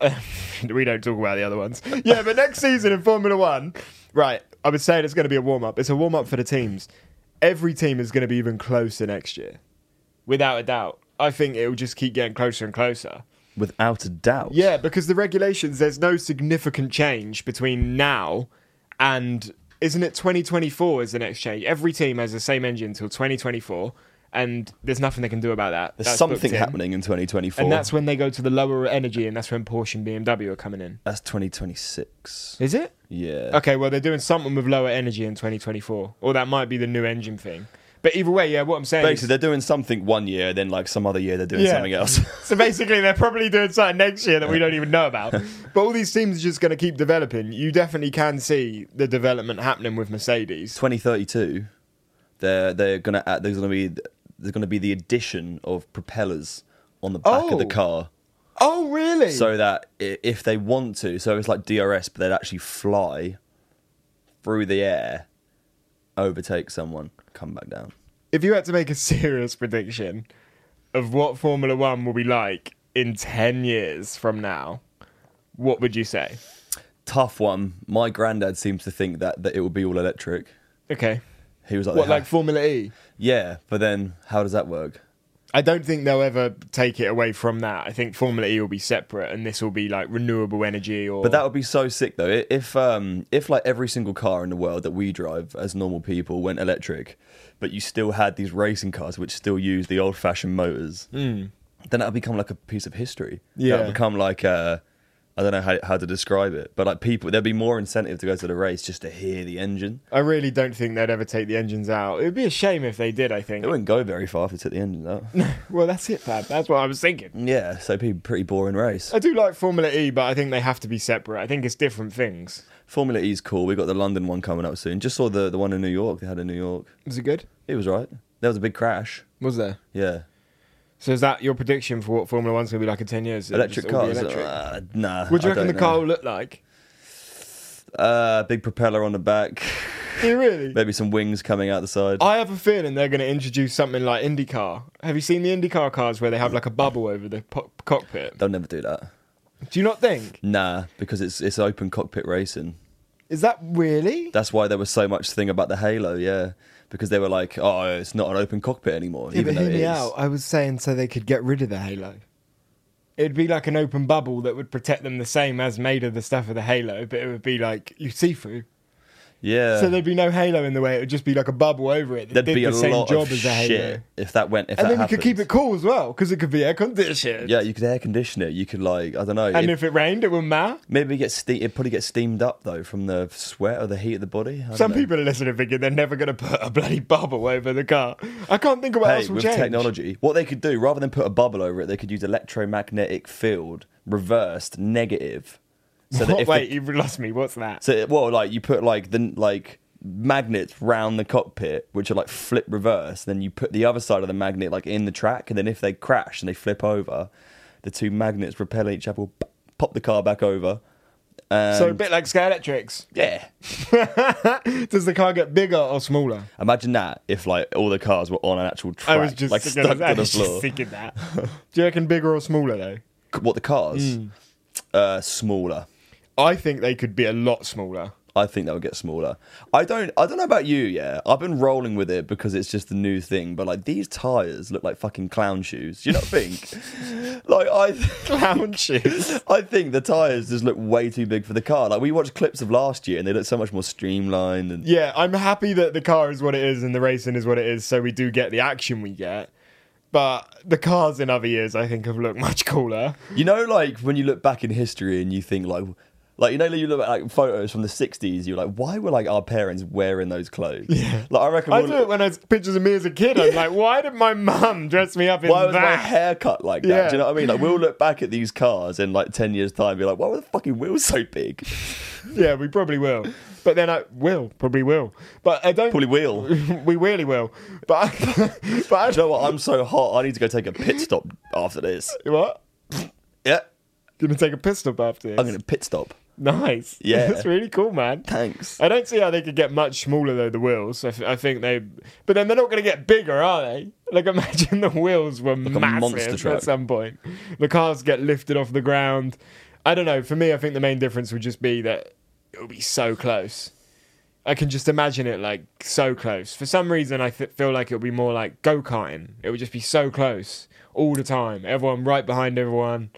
we don't talk about the other ones. Yeah, but next season in Formula One, right? I was saying it's going to be a warm up. It's a warm up for the teams. Every team is going to be even closer next year, without a doubt. I think it will just keep getting closer and closer.
Without a doubt.
Yeah, because the regulations, there's no significant change between now and isn't it 2024 is the next change? Every team has the same engine till 2024, and there's nothing they can do about that.
There's
That's booked
something
in.
happening in 2024.
and that's when they go to the lower energy, and that's when Porsche and BMW are coming in.
that's 2026.
Is it?
Yeah.
Okay, well they're doing something with lower energy in 2024, or that might be the new engine thing. But either way, yeah, what I'm saying.
Basically,
is-
they're doing something one year, then like some other year they're doing
Yeah.
something else.
So basically, they're probably doing something next year that we don't even know about. But all these teams are just going to keep developing. You definitely can see the development happening with Mercedes.
2032, they're they're gonna add, there's gonna be there's gonna be the addition of propellers on the back of the
Oh.
car,
Oh, really?
so that i- if they want to, so it's like DRS, but they'd actually fly through the air, overtake someone, come back down.
if you had to make a serious prediction of what Formula One will be like in 10 years from now, what would you say?
Tough one. My granddad seems to think that that it will be all electric.
Okay.
He was like,
What,
they
like
have-
Formula E?
yeah, but then how does that work?
I don't think they'll ever take it away from that. I think Formula E will be separate, and this will be like renewable energy or.
But that would be so sick though. I- If um if like every single car in the world that we drive as normal people went electric, but you still had these racing cars which still use the old fashioned motors, then that would become like a piece of history. That
Hmm. Yeah.
would become like uh I don't know how, how to describe it, but like people, there'd be more incentive to go to the race just to hear the engine.
I really don't think they'd ever take the engines out. It would be a shame if they did, I think.
It wouldn't go very far if they took the engine out. Mm,
Well, that's it, Fab. That's what I was thinking.
yeah, so it'd be a pretty boring race.
I do like Formula E, but I think they have to be separate. I think it's different things.
Formula E's cool. We got the London one coming up soon. Just saw the the one in New York. They had in New York.
Was it good?
It was right. There was a big crash.
Was there?
Yeah.
So is that your prediction for what Formula One's going to be like in 10 years? It'll
electric
just all be
cars.
electric?
Uh, nah.
what do you
I
reckon the
don't
car
know.
will look like?
Uh, big propeller on the back.
Do you really?
Maybe some wings coming out the side.
I have a feeling they're going to introduce something like IndyCar. Have you seen the IndyCar cars where they have like a bubble over the po- cockpit?
They'll never do that.
Do you not think?
Nah, because it's it's open cockpit racing.
Is that really?
That's why there was so much thing about the Halo. Yeah, because they were like, oh, it's not an open cockpit anymore.
Yeah,
even
but
though
hear
it
me
is.
out. I was saying so they could get rid of the halo. It'd be like an open bubble that would protect them the same as made of the stuff of the halo, but it would be like you see through.
Yeah.
so there'd be no halo in the way. It would just be like a bubble over it. That
There'd
did
be
the
a
same
lot
job
of
as the halo.
shit if that went. If
And
that
then you could keep it
happened.
cool as well because it could be air conditioned.
Yeah, you could air condition it. You could like I don't know.
And
it-
if it rained, it wouldn't matter.
maybe get ste- it probably get steamed up though from the sweat or the heat of the body. I don't
Some
know.
people are listening thinking they're never going to put a bloody bubble over the car. I can't think of what
hey,
else will
with
change.
technology, what they could do rather than put a bubble over it, they could use electromagnetic field reversed negative. So that
What-
if the-
wait, you've lost me. What's that?
so well, like you put like the like magnets round the cockpit, which are like flip reverse. Then you put the other side of the magnet like in the track, and then if they crash and they flip over, the two magnets repel each other, pop the car back over. And
so a bit like Sky Electrics.
yeah,
Does the car get bigger or smaller?
imagine that if like all the cars were on an actual track,
I was just
like
thinking,
stuck
I
to the
was
floor.
just thinking that. Do you reckon bigger or smaller though? Hmm.
What the cars? Uh, smaller.
I think they could be a lot smaller.
I think that would get smaller. I don't. I don't know about you. Yeah, I've been rolling with it because it's just the new thing. But like these tires look like fucking clown shoes. Do you not think? like I.
Clown shoes.
I think the tires just look way too big for the car. Like we watched clips of last year, and they look so much more streamlined. And
Yeah, I'm happy that the car is what it is and the racing is what it is, so we do get the action we get. But the cars in other years, I think, have looked much cooler.
you know, like when you look back in history and you think like, like you know, you look at like photos from the '60s. You're like, why were like our parents wearing those clothes? Yeah. Like I reckon.
I
we'll-
do it when I pictures of me as a kid. I'm like, why did my mum dress me up in
why was my
that?
hair cut like that?
Yeah.
Do you know what I mean? Like we'll look back at these cars in like ten years' time, and be like, why were the fucking wheels so big?
Yeah, we probably will. But then I will probably will. But I don't.
Probably wheel. Do
we really will. But I, but I
you know what? I'm so hot. I need to go take a pit stop after this.
What?
Yeah,
Gonna take a pistol after this.
I'm gonna pit stop.
Nice.
Yeah.
That's really cool, man.
Thanks.
I don't see how they could get much smaller though. The wheels, I, th- I think they, but then they're not going to get bigger, are they? Like imagine the wheels were massive
monster truck.
at some point. The cars get lifted off the ground. I don't know. For me, I think the main difference would just be that it would be so close. I can just imagine it like so close. For some reason, I th- feel like it would be more like go karting. It would just be so close all the time. Everyone right behind everyone.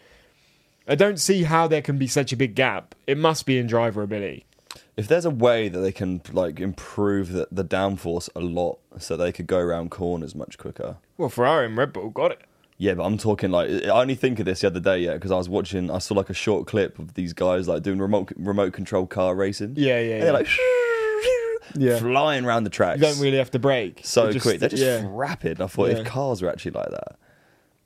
I don't see how there can be such a big gap. It must be in drivability.
If there's a way that they can like improve the, the downforce a lot, so they could go around corners much quicker.
Well, Ferrari and Red Bull got it.
Yeah, but I'm talking like I only think of this the other day, yeah, because I was watching. I saw like a short clip of these guys like doing remote remote control car racing.
Yeah, yeah,
And
yeah.
they're like
Yeah.
flying around the tracks.
You don't really have to brake.
so
You just-
quick. They're just
yeah.
rapid. I thought
Yeah.
if cars were actually like that,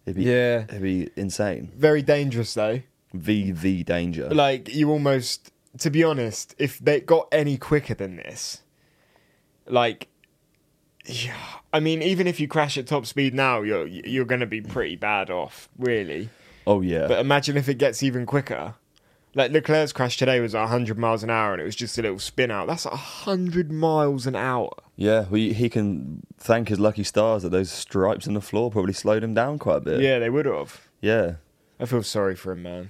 it'd be
Yeah.
it'd be insane.
very dangerous though.
V V danger.
Like you almost, to be honest, if they got any quicker than this, like, yeah, I mean, even if you crash at top speed now, you're you're going to be pretty bad off, really.
oh yeah.
But um, imagine if it gets even quicker. Like Leclerc's crash today was at 100 miles an hour, and it was just a little spin out. That's 100 miles an hour.
yeah, well, he can thank his lucky stars that those stripes in the floor probably slowed him down quite a bit.
Yeah, they would have.
Yeah.
I feel sorry for him, man.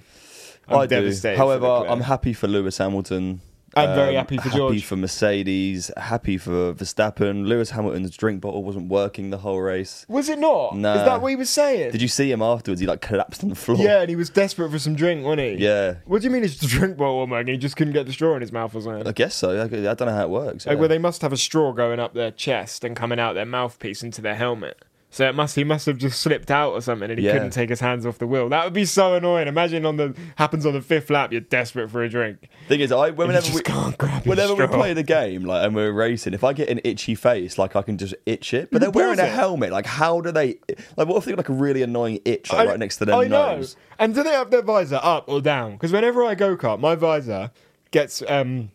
I'm
I
devastated.
do. However,
for Leclerc.
I'm happy for Lewis Hamilton. Um,
I'm very happy for
Happy
George.
for Mercedes. Happy for Verstappen. Lewis Hamilton's drink bottle wasn't working the whole race.
Was it not?
Nah.
Is that what he was saying?
Did you see him afterwards? He like collapsed on the floor.
Yeah, and he was desperate for some drink, wasn't he?
Yeah.
What do you mean his drink bottle was and he just couldn't get the straw in his mouth or something?
I
Like,
guess so. I, I don't know how it works. yeah.
well, they must have a straw going up their chest and coming out their mouthpiece into their helmet. So it must he must have just slipped out or something, and he
Yeah.
couldn't take his hands off the wheel. That would be so annoying. Imagine on the happens on the fifth lap, you're desperate for a drink.
Thing is, I whenever
just
we
can't grab your
whenever we
straw.
play the game, like and we're racing, if I get an itchy face, like I can just itch it. But they're wearing
pause
a
it.
helmet. Like, how do they? Like, what if they got like a really annoying itch like, right next to their
I
nose?
know. And do they have their visor up or down? Because whenever I go kart, my visor gets um,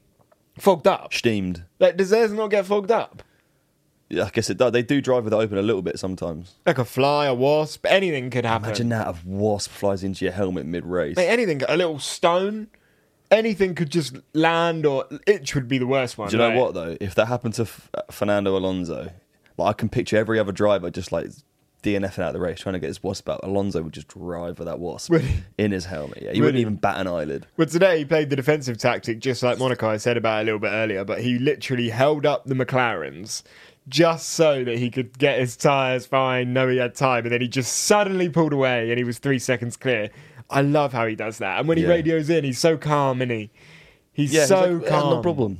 fogged up.
Steamed.
Like, does theirs not get fogged up?
Yeah, I guess it does. They do drive with it open a little bit sometimes.
Like a fly, a wasp, anything could happen.
Imagine that a wasp flies into your helmet mid race.
Mate, anything, a little stone, anything could just land or itch would be the worst one.
Do you know
right?
what though? If that happened to F- uh, Fernando Alonso, like I can picture every other driver just like DNFing out of the race, trying to get his wasp out. Alonso would just drive with that wasp
Would he?
in his helmet. Yeah, he
Would
wouldn't
he?
even bat an eyelid.
Well, today he played the defensive tactic, just like Monaco I said about a little bit earlier, but he literally held up the McLarens just so that he could get his tyres fine, know he had time, and then he just suddenly pulled away and he was three seconds clear. I love how he does that. And when he
Yeah.
radios in, he's so calm, and he? He's
Yeah,
so
he's like, "Yeah,
calm.
no problem.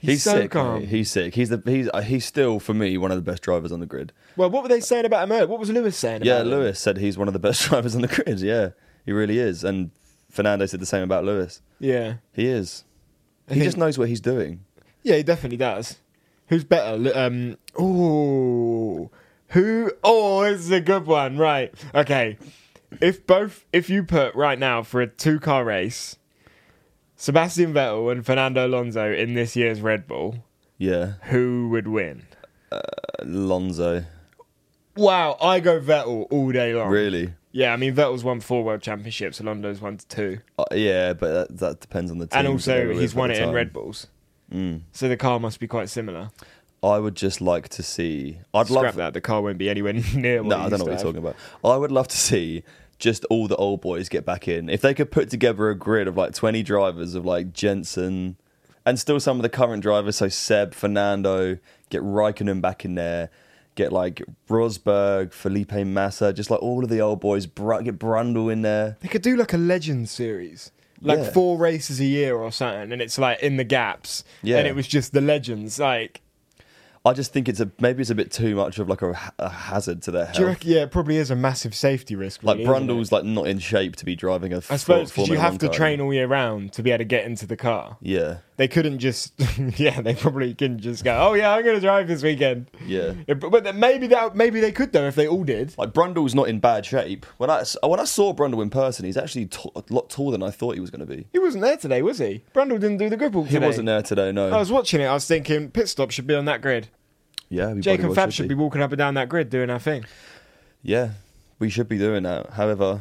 He's, so
sick. mate.
calm.
He's sick. He's the he's uh, he's still for me one of the best drivers on the grid.
Well, what were they saying about him? earlier? What was Lewis saying?
Yeah,
about him?
Lewis said he's one of the best drivers on the grid. Yeah, he really is. And Fernando said the same about Lewis.
Yeah,
He is.
I
he
think-
just knows what he's doing.
Yeah, he definitely does. Who's better? Li- Um, ooh, who? Oh, this is a good one. Right. Okay. If both, if you put right now for a two-car race, Sebastian Vettel and Fernando Alonso in this year's Red Bull,
Yeah,
who would win?
Alonso.
Wow, I go Vettel all day long.
Really?
Yeah, I mean Vettel's won four world championships. Alonso's won two,
Uh, yeah, but that, that depends on the team.
and also
they're
he's
with
won
at
it
the
in
time. Mm.
Red Bulls. So the car must be quite similar.
I would just like to see. I'd
Scrap
love.
that. The car won't be anywhere near. What
No,
it
I
used
don't
to
know what you're
have.
talking about. I would love to see just all the old boys get back in. If they could put together a grid of like 20 drivers of like Jensen, And still some of the current drivers, so Seb, Fernando, get Raikkonen back in there, get like Rosberg, Felipe Massa, just like all of the old boys, Br- get Brundle in there.
They could do like a legend series. Like
Yeah.
four races a year or something, and it's like in the gaps.
Yeah.
And it was just the legends. Like,
I just think it's a maybe it's a bit too much of like a, ha- a hazard to their health.
do you reckon, yeah, it probably is a massive safety risk.
like
really, isn't it?
Brundle's like not in shape to be driving a.
I suppose because you have to train all year round to be able to get into the car.
Yeah,
They couldn't just, yeah, they probably couldn't just go, oh yeah, I'm going to drive this weekend.
Yeah.
It- but then maybe that, maybe they could though if they all did.
like Brundle's not in bad shape. When I s- when I saw Brundle in person, he's actually t- a lot taller than I thought he was going to be.
He wasn't there today, was he? Brundle didn't do the grip all
He
today.
wasn't there today. No.
I was watching it. I was thinking pit stop should be on that grid.
yeah, we
Jake
bloody
and
well
Fab should be walking up and down that grid doing our thing.
Yeah, we should be doing that. However,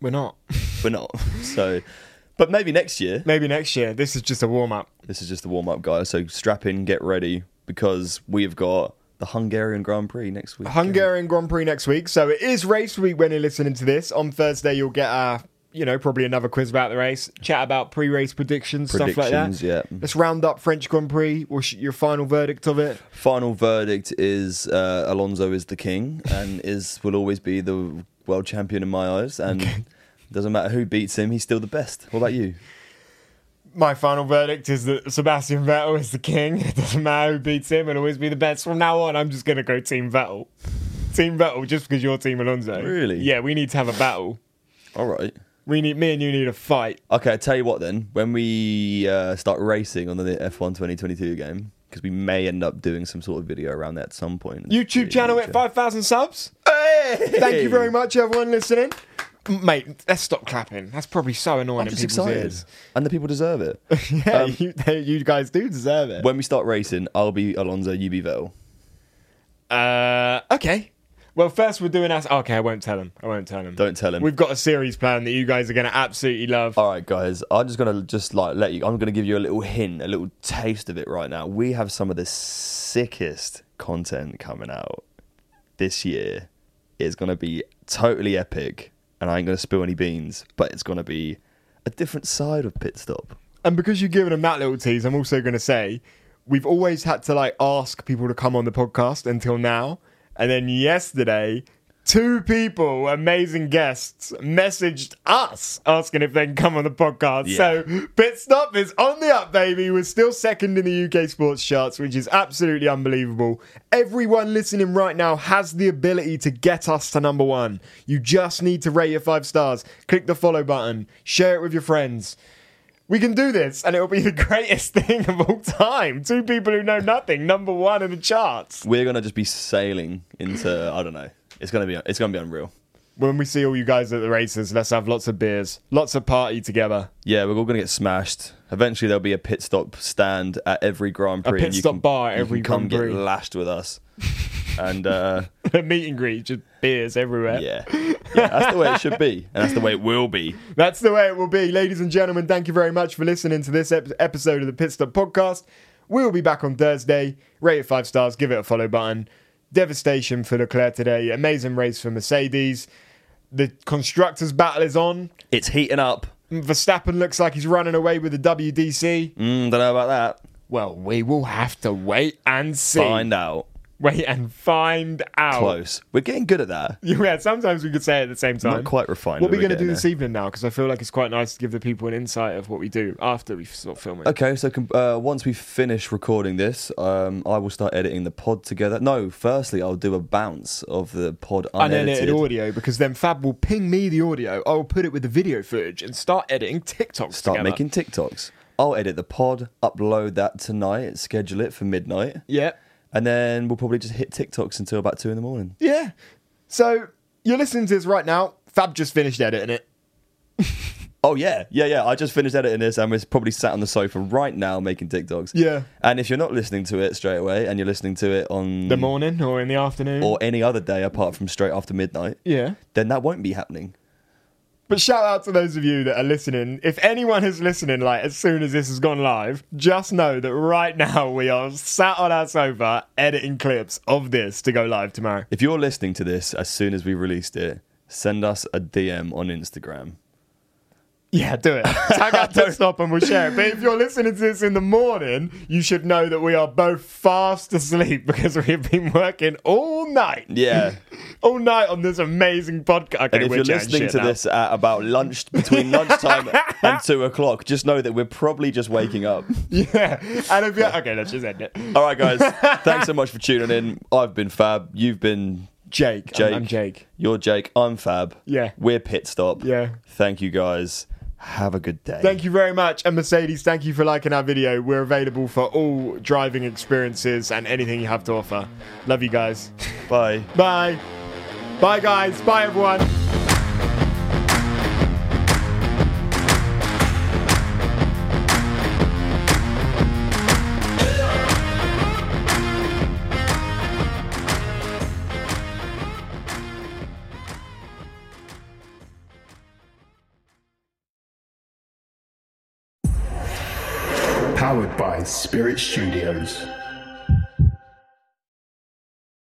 We're not.
we're not. so, but maybe next year.
Maybe next year. This is just a warm up.
This is just the warm up, guys. So strap in, get ready, because we have got the Hungarian Grand Prix next week.
Hungarian Grand Prix next week. So it is race week when you're listening to this. On Thursday, you'll get uh you know, probably another quiz about the race, chat about pre race predictions, stuff like
Predictions, yeah.
that. Let's round up French Grand Prix. What's your final verdict of it?
Final verdict is uh, Alonso is the king and is will always be the world champion in my eyes. And doesn't matter who beats him, he's still the best. What about you?
My final verdict is that Sebastian Vettel is the king. It doesn't matter who beats him, it'll always be the best. From now on, I'm just going to go Team Vettel. Team Vettel, just because you're Team Alonso.
Really?
Yeah, we need to have a battle.
All right.
We need me and you need a fight.
Okay, I tell you what then. When we uh, start racing on the F1 2022 game, because we may end up doing some sort of video around that at some point. in the
YouTube
near
channel at
future.
5,000 subs. Thank you very much, everyone listening. M- Mate, let's stop clapping. That's probably so annoying.
I'm
in
just
people's
excited,
ears.
and the people deserve it.
Yeah, you, they- you guys do deserve it.
Um, when we start racing, I'll be Alonso, you be Vettel.
Uh, okay. Well, first we're doing us. Okay, I won't tell them. I won't tell them.
Don't tell 'em.
We've got a series plan that you guys are going to absolutely love.
All right, guys. I'm just gonna just like let you. I'm gonna give you a little hint, a little taste of it right now. We have some of the sickest content coming out this year. It's gonna be totally epic, and I ain't gonna spill any beans, but it's gonna be a different side of pit stop.
And because you've given them that little tease, I'm also going to say we've always had to like ask people to come on the podcast until now. And then yesterday, two people, amazing guests, messaged us asking if they can come on the podcast. So Pit Stop is on the up, baby. We're still second in the UK sports charts, which is absolutely unbelievable. Everyone listening right now has the ability to get us to number one. You just need to rate your five stars, click the follow button, share it with your friends we can do this and it'll be the greatest thing of all time. Two people who know nothing, number one in the charts.
We're gonna just be sailing into. I don't know. It's gonna be. It's gonna be unreal.
When we see all you guys at the races, let's have lots of beers, lots of party together.
Yeah, we're all gonna get smashed. Eventually, there'll be a pit stop stand at every Grand
A
Prix.
pit
and you
stop
can,
bar at
you
every
can come
Grand
get
Prix.
lashed with us. and uh,
A meet and greet, just beers everywhere.
yeah, yeah, that's the way it should be, and that's the way it will be.
That's the way it will be. Ladies and gentlemen, thank you very much for listening to this ep- episode of the Pit Stop Podcast. We will be back on Thursday. Rate it five stars, give it a follow button. Devastation for Leclerc today. Amazing race for Mercedes. The constructors' battle is on.
It's heating up.
Verstappen looks like he's running away with the WDC.
Mm, don't know about that.
Well, we will have to wait and see.
Find out.
Wait and find out.
Close. We're getting good at that.
Yeah, sometimes we could say it at the same time.
Not quite refined.
What are
but
we
we're
going to do
getting
this
there.
evening now? Because I feel like it's quite nice to give the people an insight of what we do after we stop filming.
Okay, so com- uh, once we finish recording this, um, I will start editing the pod together. No, firstly, I'll do a bounce of the pod unedited.
Unedited audio, because then Fab will ping me the audio. I will put it with the video footage and start editing TikToks.
Start
together.
making TikToks. I'll edit the pod, upload that tonight, schedule it for midnight,
Yeah,
and then we'll probably just hit TikToks until about two in the morning.
yeah. So you're listening to this right now. Fab just finished editing it.
Oh yeah, yeah, yeah. I just finished editing this, and we're probably sat on the sofa right now making TikToks.
Yeah.
And if you're not listening to it straight away, and you're listening to it on
The morning or in the afternoon.
Mm. or any other day apart from straight after midnight,
yeah.
then that won't be happening.
But shout out to those of you that are listening. If anyone is listening, like as soon as this has gone live, just know that right now we are sat on our sofa editing clips of this to go live tomorrow.
If you're listening to this as soon as we released it, send us a DM on Instagram.
Yeah, do it. Tag out Pit Stop and we'll share it. But if you're listening to this in the morning, you should know that we are both fast asleep because we have been working all night.
Yeah.
All night on this amazing podcast. Okay,
And if
we're
you're
chatting
listening
shit
to
now.
this at about lunch, between lunchtime and two o'clock, just know that we're probably just waking up.
Yeah. And if you're. Okay, let's just end it.
All right, guys. Thanks so much for tuning in. I've been Fab. You've been
Jake.
Jake.
I'm, I'm Jake.
You're Jake. I'm Fab.
Yeah.
We're Pit Stop.
Yeah.
Thank you, guys. Have a good day.
Thank you very much. And Mercedes, thank you for liking our video. We're available for all driving experiences and anything you have to offer. Love you guys.
Bye.
Bye. Bye, guys. Bye, everyone.
Powered by Spirit Studios.